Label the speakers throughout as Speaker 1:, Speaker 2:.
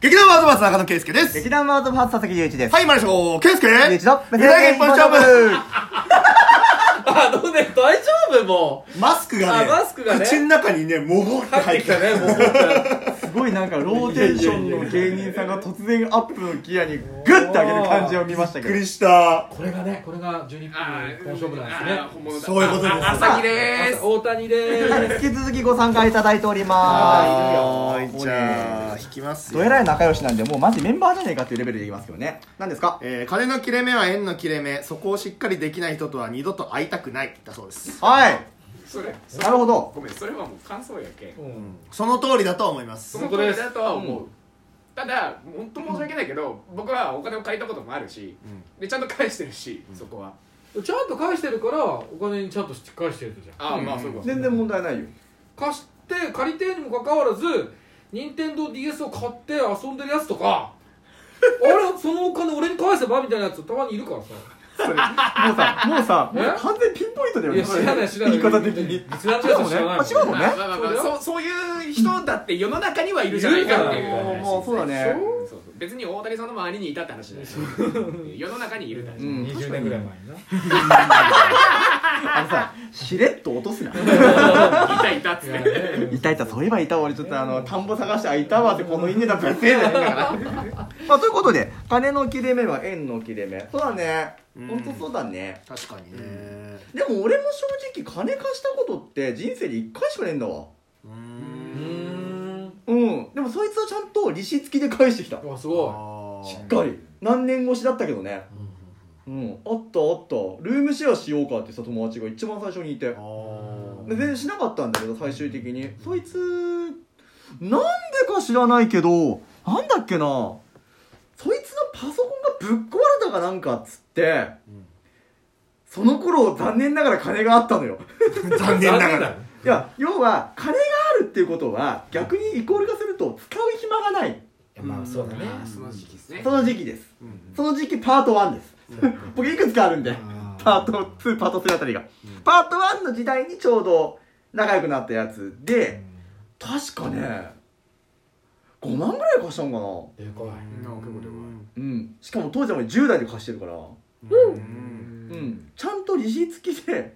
Speaker 1: 劇団ワードバーズ中野圭介です。
Speaker 2: 劇団ワードバーツ佐々木隆一です。
Speaker 1: はい、参りましょう。圭介
Speaker 2: 隆一の
Speaker 1: 目線一本勝負
Speaker 3: あのね、大丈夫も
Speaker 1: マスクがね、
Speaker 3: あマスクがね
Speaker 1: 口の中にね、もごっ
Speaker 3: う。
Speaker 1: て入
Speaker 3: 入っ
Speaker 1: ってて
Speaker 3: きたね、もう本当に。
Speaker 2: すごいなんかローテーションの芸人さんが突然アップのギアにグッて上げる感じを見ました
Speaker 1: び
Speaker 2: け
Speaker 1: っく
Speaker 2: ど
Speaker 1: りした。
Speaker 3: これがね、これが12分の本勝負なんですね。
Speaker 1: そういうことです
Speaker 4: 朝日で
Speaker 3: 大谷でーす。
Speaker 2: 引き続きご参加いただいておりま
Speaker 1: ーい、じゃあ、引きます
Speaker 2: すどえらい仲良しなんでもうマジメンバーじゃねえかっていうレベルで言いますけどね何ですか
Speaker 1: えー、金の切れ目は縁の切れ目、そこをしっかりできない人とは二度と会いたくない、だそうです。
Speaker 2: はい
Speaker 4: それ
Speaker 2: なるほど
Speaker 4: ごめんそれはもう感想やけん
Speaker 3: うん
Speaker 1: その通りだと思います
Speaker 4: そ。の通りだとは思う、ただ本当申し訳ないけど、僕はお金を借りたこともあるし、でちゃんと返してるし、そこは
Speaker 3: ちゃんと返してるから、お金にちゃんと返してるじゃん。
Speaker 4: ああ、まあそういうこと
Speaker 2: 全然問題ないよ
Speaker 3: 貸して、借りてにもかかわらず、任天堂 d s を買って遊んでるやつとか、あれ、そのお金俺に返せばみたいなやつたまにいるからさ。
Speaker 2: それもう さもうさもう
Speaker 3: え
Speaker 2: 完全にピンポイントだよ
Speaker 3: い
Speaker 2: ね
Speaker 3: や、知らない、知らな
Speaker 2: 言
Speaker 3: い。
Speaker 2: い方的に
Speaker 3: リスナーのやつは知らないもん。
Speaker 2: 違うのね
Speaker 4: まあまあまあそうそういう人だって世の中にはいるじゃないかっていう
Speaker 2: もうもうそうだね
Speaker 4: そうそう別に大谷さんの周りにいたって話じゃない世の中にいるって話、
Speaker 2: うん
Speaker 3: 20年ぐらい前にな。
Speaker 2: あのさしれっと落とすない
Speaker 4: たいたっつって
Speaker 2: いたいたそういえばいた俺ちょっとあの田んぼ探してあいたわってこの稲だったらせえないから、まあ、ということで金の切れ目は縁の切れ目そうだね
Speaker 1: うん
Speaker 2: 本当そうだね
Speaker 1: 確かにね。
Speaker 2: でも俺も正直金貸したことって人生で1回しかねえんだわ
Speaker 1: う。
Speaker 3: うんーん。
Speaker 2: うんでもそいつはちゃんと利子付きで返してきたし
Speaker 3: あ、すごい。
Speaker 2: っかり何年越しだったけどねうんあったあったルームシェアしようかってさ友達が一番最初にいてで全然しなかったんだけど最終的にそいつなんでか知らないけどなんだっけなそいつのパソコンがぶっ壊れたかなんかっつってその頃残念ながら金があったのよ
Speaker 1: 残念なが
Speaker 3: 残
Speaker 1: ら。
Speaker 2: いや要は金があるっていうことは逆にイコール化すると使う暇がない
Speaker 3: いやまあ、そうだね。
Speaker 4: あーその時期ですね
Speaker 2: その時期ですその時期パート1です 僕いくつかあるんでパート2パート3あたりがパート1の時代にちょうど仲良くなったやつで確かね5万ぐらい貸したんかな
Speaker 3: でかい。
Speaker 4: なんか結構でかい
Speaker 2: うんしかも当時はもう10代で貸してるから
Speaker 1: うん
Speaker 2: うんちゃんと利子付きで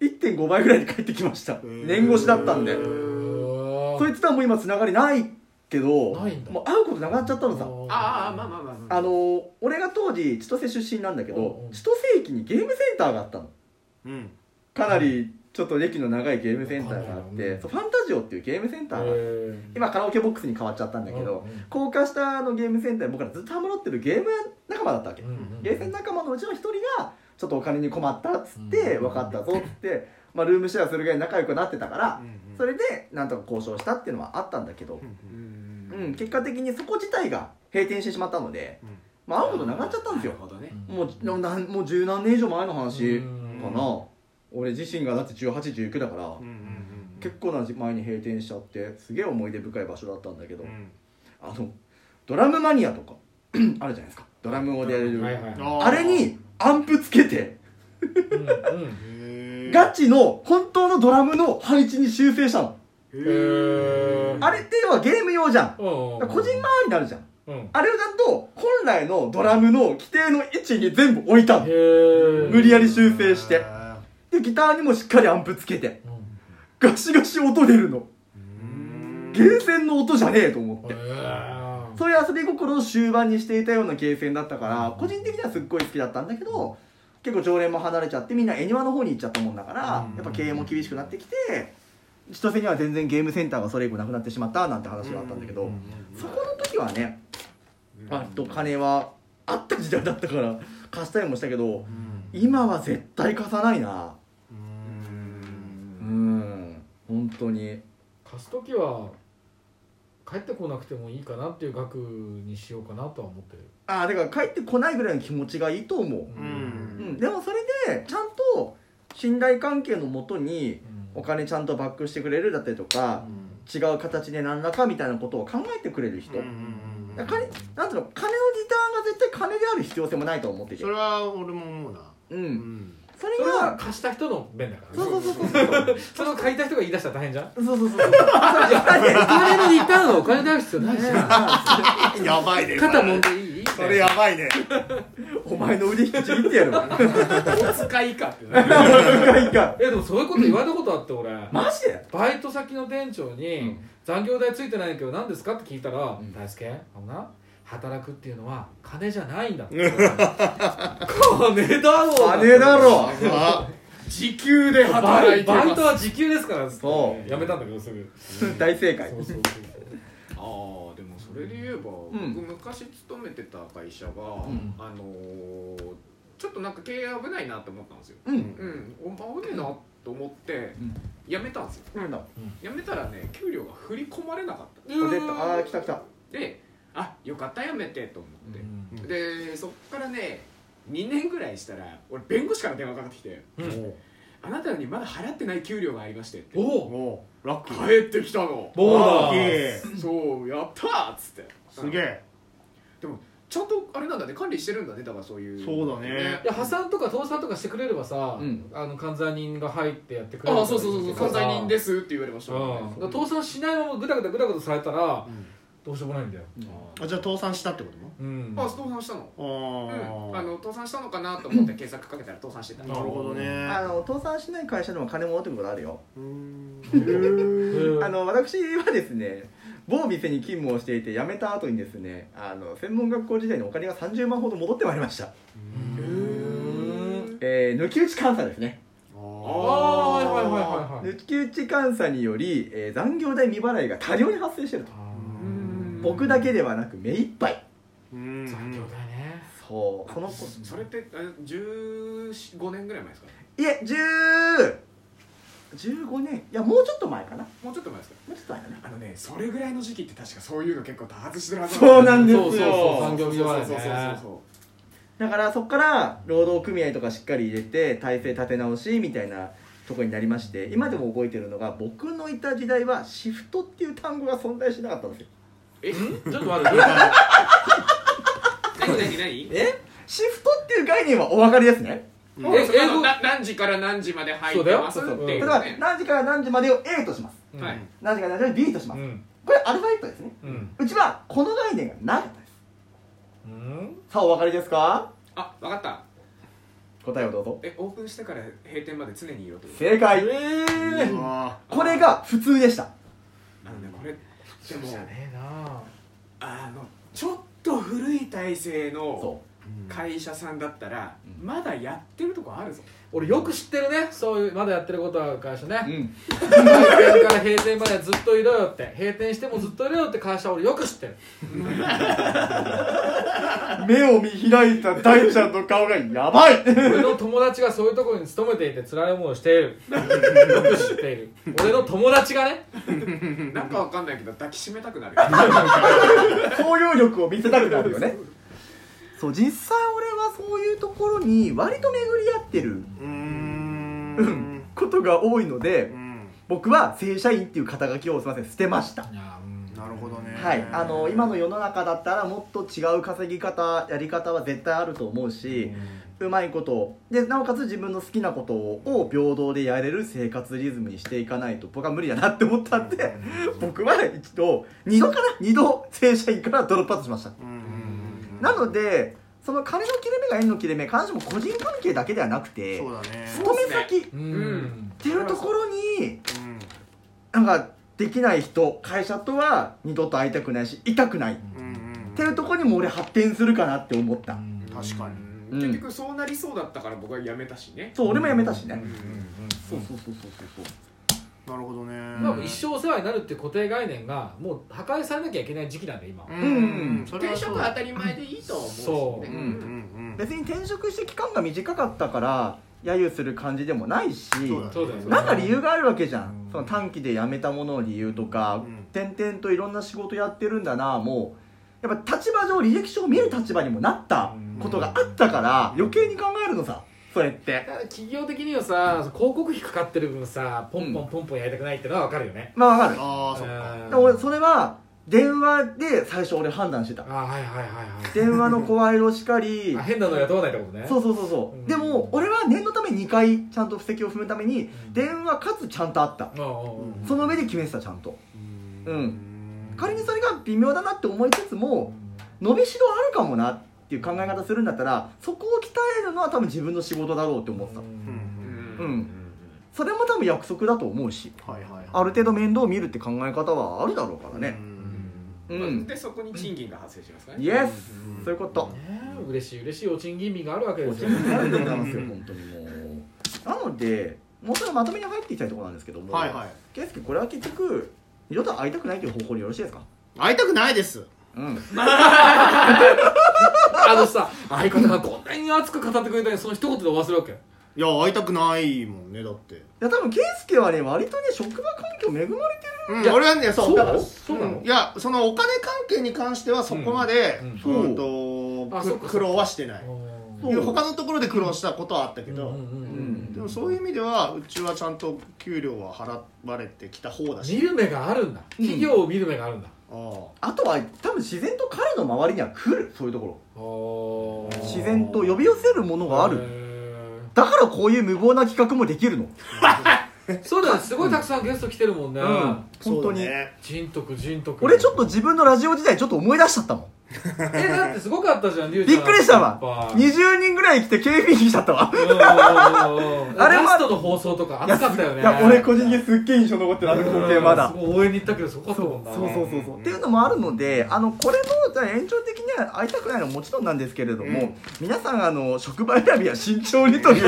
Speaker 2: 1.5倍ぐらいで帰ってきました
Speaker 1: ー
Speaker 2: 年越しだったんで
Speaker 1: へー
Speaker 2: そいつとはもう今つながりないけど
Speaker 3: ないんだ
Speaker 2: もう会うことなくなっちゃったのさ
Speaker 4: あーあーまあまあまあまあ
Speaker 2: あのー俺が当時千歳出身なんだけ
Speaker 3: うん
Speaker 2: ど
Speaker 3: うん
Speaker 2: 千歳駅にゲームセンターがあったの
Speaker 1: うん。
Speaker 2: かなりちょっと歴の長いゲームセンターがあっ
Speaker 3: う
Speaker 2: て
Speaker 3: ん
Speaker 2: そうファンタジオっていうゲームセンターが今カラオケボックスに変わっちゃったんだけど
Speaker 3: うん
Speaker 2: 高架下のゲームセンターに僕らずっとハマってるゲーム仲間だったわけゲーセン仲間のうちの一人がちょっとお金に困ったっつって
Speaker 3: うん
Speaker 2: 分かったぞっつって、まあ、ルームシェアするぐらい仲良くなってたから
Speaker 1: うん
Speaker 2: それでなんとか交渉したっていうのはあったんだけど、うん、結果的にそこ自体が閉店してしまったので、
Speaker 1: うん
Speaker 2: まあ、会うことなくなっちゃったんですよ
Speaker 4: なるほどね
Speaker 2: もうななんもう十何年以上前の話か
Speaker 3: うん
Speaker 2: な俺自身がだって1819だから
Speaker 1: うん
Speaker 2: 結構な前に閉店しちゃってすげえ思い出深い場所だったんだけど、
Speaker 1: うん
Speaker 2: あのドラムマニアとか あるじゃないですかドラムをやれる、
Speaker 3: はいはいは
Speaker 1: あー
Speaker 2: あれにアンプつけて
Speaker 3: いうんうん
Speaker 1: へー
Speaker 2: ガチの本当のドラムの配置に修正したの
Speaker 1: へー
Speaker 2: あれって要はゲーム用じゃん
Speaker 3: うん
Speaker 2: 個人回りになるじゃん
Speaker 3: うん
Speaker 2: あれをちゃんと本来のドラムの規定の位置に全部置いたの
Speaker 3: へー
Speaker 2: 無理やり修正して
Speaker 1: あ
Speaker 2: でギターにもしっかりアンプつけて
Speaker 3: うん
Speaker 2: ガシガシ音出るの
Speaker 1: ーうん
Speaker 2: ゲーセンの音じゃねえと思って
Speaker 3: へー
Speaker 2: そういう遊び心を終盤にしていたようなゲーセンだったから個人的にはすっごい好きだったんだけど結構常連も離れちゃってみんな恵庭の方に行っちゃったもんだから
Speaker 1: うん
Speaker 2: やっぱ経営も厳しくなってきて千歳には全然ゲームセンターがそれ以降なくなってしまったなんて話があったんだけどそこの時はねあと金はあった時代だったから貸したりもしたけど
Speaker 1: うん
Speaker 2: 今は絶対貸さないな
Speaker 1: う
Speaker 2: うんん本当に
Speaker 3: 貸す時は帰ってこなくてもいいかなっていう額にしようかなとは思ってる
Speaker 2: ああだから帰ってこないぐらいの気持ちがいいと思う
Speaker 1: う
Speaker 2: うんん、でもそれでちゃんと信頼関係のもとにお金ちゃんとバックしてくれるだったりとか
Speaker 3: うん
Speaker 2: 違う形で何らかみたいなことを考えてくれる人、
Speaker 1: うんうんうん
Speaker 2: だから金なんていうの金のリターンが絶対金である必要性もないと思ってて
Speaker 1: それは俺も思うな
Speaker 2: う
Speaker 1: うんん
Speaker 2: それ
Speaker 3: それは
Speaker 2: が
Speaker 3: 貸した人の便だから
Speaker 2: そうそうそうそう
Speaker 3: それを借りた人が言い出したら大変じゃん
Speaker 2: そうそうそうそうそう
Speaker 3: お金のリターンはお金である必要 ないじゃん
Speaker 1: やばいね
Speaker 3: 肩もんでいい
Speaker 1: それやばいね
Speaker 2: お前の腕引きちぎってやるわ
Speaker 4: お使いかってなる
Speaker 2: 一回一回
Speaker 3: えでもそういうこと言われたことあって俺
Speaker 2: マジで
Speaker 3: バイト先の店長に、残業代ついてないけど何ですかって聞いたら「
Speaker 2: ん
Speaker 3: 大輔あのな働くっていうのは金じゃないんだ」って金だろ
Speaker 2: 金だろ
Speaker 1: あ
Speaker 4: 時給で
Speaker 3: バ
Speaker 4: 働
Speaker 3: イ
Speaker 4: いて
Speaker 3: バイ
Speaker 4: ます
Speaker 3: トは時給ですから
Speaker 2: そう
Speaker 3: やめたんだけどすぐ
Speaker 2: 大正解
Speaker 3: そうそう
Speaker 4: ああでもそれで言えば、
Speaker 2: ん
Speaker 4: 僕昔勤めてた会社が、
Speaker 2: ん
Speaker 4: あのーちょっとなんか経営危ないなって思ったんですよ、
Speaker 2: うん
Speaker 4: うん、お危ねえなと思って
Speaker 2: うん
Speaker 4: 辞めたんですよ
Speaker 2: なんだ
Speaker 4: 辞めたらね給料が振り込まれなかっ
Speaker 3: そう
Speaker 2: あ出たあー来た来た
Speaker 4: たであよかった辞めてと思って、
Speaker 1: うん
Speaker 4: でそっからね2年ぐらいしたら俺弁護士から電話かかってきて
Speaker 3: うん
Speaker 4: 「あなたにまだ払ってない給料がありまして」って
Speaker 1: お
Speaker 3: おお
Speaker 1: おうラッキー
Speaker 4: 帰ってきたの
Speaker 3: ボーダ
Speaker 1: ラッキ
Speaker 3: ー
Speaker 1: ー
Speaker 4: そうやったーっつって
Speaker 1: すげえ
Speaker 4: ちゃんとあれなんだね管理してるんだねだからそういう
Speaker 1: そうだね
Speaker 3: いや破産とか倒産とかしてくれればさ、
Speaker 2: うん
Speaker 3: あの関西人が入ってやってくれる
Speaker 4: あそうそうそうそう関西人ですすって言われました
Speaker 3: う
Speaker 4: も
Speaker 3: ん、
Speaker 4: んね
Speaker 3: だから倒産しないままぐだぐだぐだぐだされたらどうしようもないんだよ、
Speaker 1: あじゃあ倒産したってことな
Speaker 3: うん、
Speaker 4: あ倒産したのうん
Speaker 1: あ
Speaker 4: あ
Speaker 1: あ
Speaker 4: の倒産したのかなと思って検索かけたら倒産してた
Speaker 1: なるほどね
Speaker 2: あの倒産しない会社でも金戻ってくることあるよ
Speaker 1: うーん
Speaker 3: うん
Speaker 2: あの私はですね某店に勤務をしていて辞めた後にですねあの専門学校時代にお金が30万ほど戻ってまいりました、
Speaker 3: うーん
Speaker 2: えー抜き打ち監査ですね
Speaker 1: あ
Speaker 3: ああーはいはいはいはい
Speaker 2: 抜き打ち監査により、えー残業代未払いが多量に発生してると
Speaker 4: うん
Speaker 2: 僕だけではなく目いっぱい
Speaker 1: うん
Speaker 3: 残業代ね
Speaker 2: そうその子
Speaker 4: それってえ15年ぐらい前ですか
Speaker 2: いえ1015年いやもうちょっと前かなも
Speaker 4: もうちょっと前ですか
Speaker 2: うちょっと前かな
Speaker 4: あのねそれぐらいの時期って確かそういうの結構多発してるはず
Speaker 2: そうなんですよ
Speaker 3: そうそうそう残業日
Speaker 4: そう
Speaker 3: 払い
Speaker 4: そうそう
Speaker 3: ね
Speaker 4: そう
Speaker 2: だからそこから労働組合とかしっかり入れて体制立て直しみたいなとこになりまして今でも覚えてるのが僕のいた時代はシフトっていう単語が存在しなかったんですよ
Speaker 4: え
Speaker 3: ちょっと待ってどういうこと
Speaker 4: 何何何
Speaker 2: えシフトっていう概念はお分かりですね
Speaker 1: うん
Speaker 4: え
Speaker 3: 英
Speaker 4: 英
Speaker 3: 語
Speaker 4: 語何時から何時まで入ってますっ
Speaker 3: そうだよ
Speaker 4: てい
Speaker 2: 例え
Speaker 4: う
Speaker 2: ば
Speaker 4: ね
Speaker 2: 何時から何時までを A とします
Speaker 3: うん
Speaker 4: はい
Speaker 2: 何時から何時までを B とし
Speaker 3: う
Speaker 2: ます
Speaker 3: ん
Speaker 2: これアルファベットですね
Speaker 3: うん
Speaker 2: うちはこの概念がなかったです
Speaker 3: うん
Speaker 2: さあお分かりですか
Speaker 4: あ分かった
Speaker 2: 答えをどうぞ
Speaker 4: えオープンしてから閉店まで常にいろってこと
Speaker 2: 正解
Speaker 1: うわ
Speaker 2: これが普通でした
Speaker 4: あのねこれでも
Speaker 3: じゃねえな
Speaker 4: あのちょっと古い体制の
Speaker 2: そう
Speaker 4: 会社さんだったら
Speaker 2: う
Speaker 4: まだやってるとこあるぞ
Speaker 3: 俺よく知ってるねそういうまだやってることある会社ね
Speaker 2: ん
Speaker 3: 開店から閉店までずっといろよって閉店してもずっといろよって会社俺よく知ってる
Speaker 2: 目を見開いた大ちゃんの顔がやばい
Speaker 3: 俺の友達がそういうところに勤めていて辛い思いをしてい るよく知っている俺の友達がね
Speaker 4: なんかわかんないけど抱きしめたくなる
Speaker 2: 包容力を見せたくなるよねそう実際俺はそういうところに割と巡り合ってる
Speaker 1: ーうーん
Speaker 2: ことが多いので
Speaker 1: うん
Speaker 2: 僕は正社員っていう肩書きをすいません捨てました
Speaker 1: なるほどね
Speaker 2: はいあの今の世の中だったらもっと違う稼ぎ方やり方は絶対あると思うしうまいことをでなおかつ自分の好きなことを平等でやれる生活リズムにしていかないと僕は無理だなって思ったんで僕は一度二度かな二度正社員からドロップアウトしました
Speaker 1: うんうん
Speaker 2: なのでその金の切れ目が縁の切れ目必ずしも個人関係だけではなくて
Speaker 1: そうだね
Speaker 2: 勤め先っ
Speaker 3: う
Speaker 4: うん
Speaker 2: ていうところに
Speaker 1: うん
Speaker 2: なんかできない人会社とは二度と会いたくないし痛くないっ
Speaker 1: うんうん
Speaker 2: ていうところにも俺発展するかなって思った
Speaker 1: 確かに
Speaker 2: うん
Speaker 4: 結局そうなりそうだったから僕は辞めたしね
Speaker 2: そう俺も辞めたしねそううそうそうそうそう
Speaker 1: なるほどね
Speaker 3: まあ、一生お世話になるっていう固定概念がもう破壊されなきゃいけない時期なんで今、
Speaker 1: うんんそれ
Speaker 4: 転
Speaker 1: は
Speaker 4: 職
Speaker 1: そう
Speaker 4: は当
Speaker 1: だ
Speaker 4: たり前でいいと思うしね
Speaker 3: そう
Speaker 1: うんうん
Speaker 2: 別に転職して期間が短かったから揶揄する感じでもないし
Speaker 1: うんそうだね
Speaker 3: そうだよね
Speaker 2: なんか理由があるわけじゃん
Speaker 3: うん
Speaker 2: その短期で辞めたものの理由とか
Speaker 1: うん
Speaker 2: 転々といろんな仕事やってるんだなもうやっぱ立場上履歴書を見る立場にもなったことがあったから余計に考えるのさそれって
Speaker 3: ただ企業的にはさ広告費かかってる分さポンポンポンポンやりたくないってのは分かるよね、
Speaker 2: まあわかる
Speaker 1: ああそっか
Speaker 3: う
Speaker 2: でも俺それは電話で最初俺判断してた
Speaker 3: あはいはいはいはい
Speaker 2: 電話の声色しかり
Speaker 3: あ変なの雇わないってことね
Speaker 2: そうそうそうそう、
Speaker 3: うん
Speaker 2: でも俺は念のため2回ちゃんと布石を踏むために
Speaker 3: うん
Speaker 2: 電話かつちゃんとあった
Speaker 3: あああああ
Speaker 2: その上で決めてたちゃんと
Speaker 1: う
Speaker 2: うん
Speaker 1: ん
Speaker 2: 仮にそれが微妙だなって思いつつも伸びしろあるかもなっていう考え方するんだったらそこを鍛えるのは多分自分の仕事だろうって思ってた
Speaker 1: ん
Speaker 2: うんそれも多分約束だと思うし
Speaker 1: はいはいはい
Speaker 2: ある程度面倒を見るって考え方はあるだろうからね
Speaker 3: うん
Speaker 2: うん、
Speaker 4: でそこに賃金が発生しますからね
Speaker 2: イエス
Speaker 1: うん
Speaker 2: そういうこと
Speaker 3: ねえ嬉しい嬉しいお賃金味があるわけ
Speaker 2: お
Speaker 3: です
Speaker 2: 気
Speaker 3: よ
Speaker 2: になるでございますよ本当にもうなのでもうちょっとまとめに入っていきたいところなんですけども
Speaker 1: はいはい
Speaker 2: 圭介これは結局二度と会いたくないという方法でよろしいですか
Speaker 1: 会いたくないです
Speaker 2: うん
Speaker 3: あのさ相方がこんなに熱く語ってくれたのにその一言で終わらせるわけ
Speaker 1: いや会いたくないもんねだって
Speaker 2: いや多分圭介はね割とね職場環境恵まれて
Speaker 1: うん
Speaker 3: いや
Speaker 1: 俺はねそう
Speaker 3: そう
Speaker 1: だから
Speaker 3: そうなの
Speaker 1: んいやそのお金関係に関してはそこまで
Speaker 3: うんうん
Speaker 2: そう
Speaker 1: うんと
Speaker 3: あ
Speaker 1: く
Speaker 3: そっかそっか
Speaker 1: 苦労はしてない
Speaker 2: そう
Speaker 1: いや他のところで苦労したことはあったけど、
Speaker 3: うんうん
Speaker 2: う
Speaker 3: うん
Speaker 2: ん
Speaker 1: でもそういう意味ではうちはちゃんと給料は払われてきた方だ
Speaker 3: 見
Speaker 1: し
Speaker 3: る目があるんだ企業を見る目があるんだ
Speaker 1: ああ
Speaker 2: あとは多分自然と彼の周りには来るそういうとこ
Speaker 3: おー
Speaker 2: ろ自然と呼び寄せるものがある
Speaker 3: へ
Speaker 2: だからこういう無謀な企画もできるの
Speaker 3: ーそうだねすごいたくさんゲスト来てるもんね
Speaker 2: 本当に、
Speaker 1: そうだね
Speaker 3: 人徳人徳
Speaker 2: 俺ちょっと自分のラジオ時代ちょっと思い出しちゃったもん
Speaker 3: えだってすごかったじゃんリュウち
Speaker 2: び
Speaker 3: ゃ
Speaker 2: っ
Speaker 3: ん
Speaker 2: くりした
Speaker 3: やぱ
Speaker 2: わ20人ぐらい来て警備員来ちゃった わ
Speaker 3: うんうんうんうん
Speaker 2: あれは
Speaker 3: ラストの放送とか熱かったよね
Speaker 2: いや俺個人的にすっげえ印象残ってるあの光景まだ
Speaker 3: すごい応援に行ったけどすごかったもんな
Speaker 2: そうそうそうそうっていうのもあるのであのこれのじゃあ延長的には会いたくないのはもちろんなんですけれども、
Speaker 1: うん
Speaker 2: 皆さんあの職場選びは慎重にという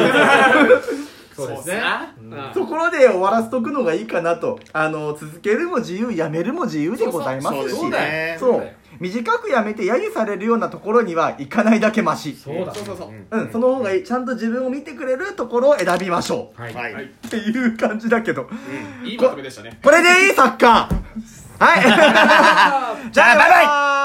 Speaker 3: そうですね
Speaker 4: そうっすな
Speaker 3: う
Speaker 4: うんん
Speaker 2: ところで終わらせとくのがいいかなとあの続けるも自由やめるも自由でございま
Speaker 1: そうで
Speaker 2: すし
Speaker 1: す
Speaker 3: そうだ
Speaker 1: ね
Speaker 2: そう
Speaker 3: そうだよ
Speaker 2: 短くやめて揶揄されるようなところには行かないだけマシ
Speaker 3: そうだ
Speaker 1: そうそうそう、
Speaker 2: うん、その方がいいちゃんと自分を見てくれるところを選びましょ
Speaker 3: はい
Speaker 1: はい、
Speaker 4: はい
Speaker 2: っていう感じだけど
Speaker 4: いいまとめでしたね
Speaker 2: これでいいサッカーはいじゃあバイバイ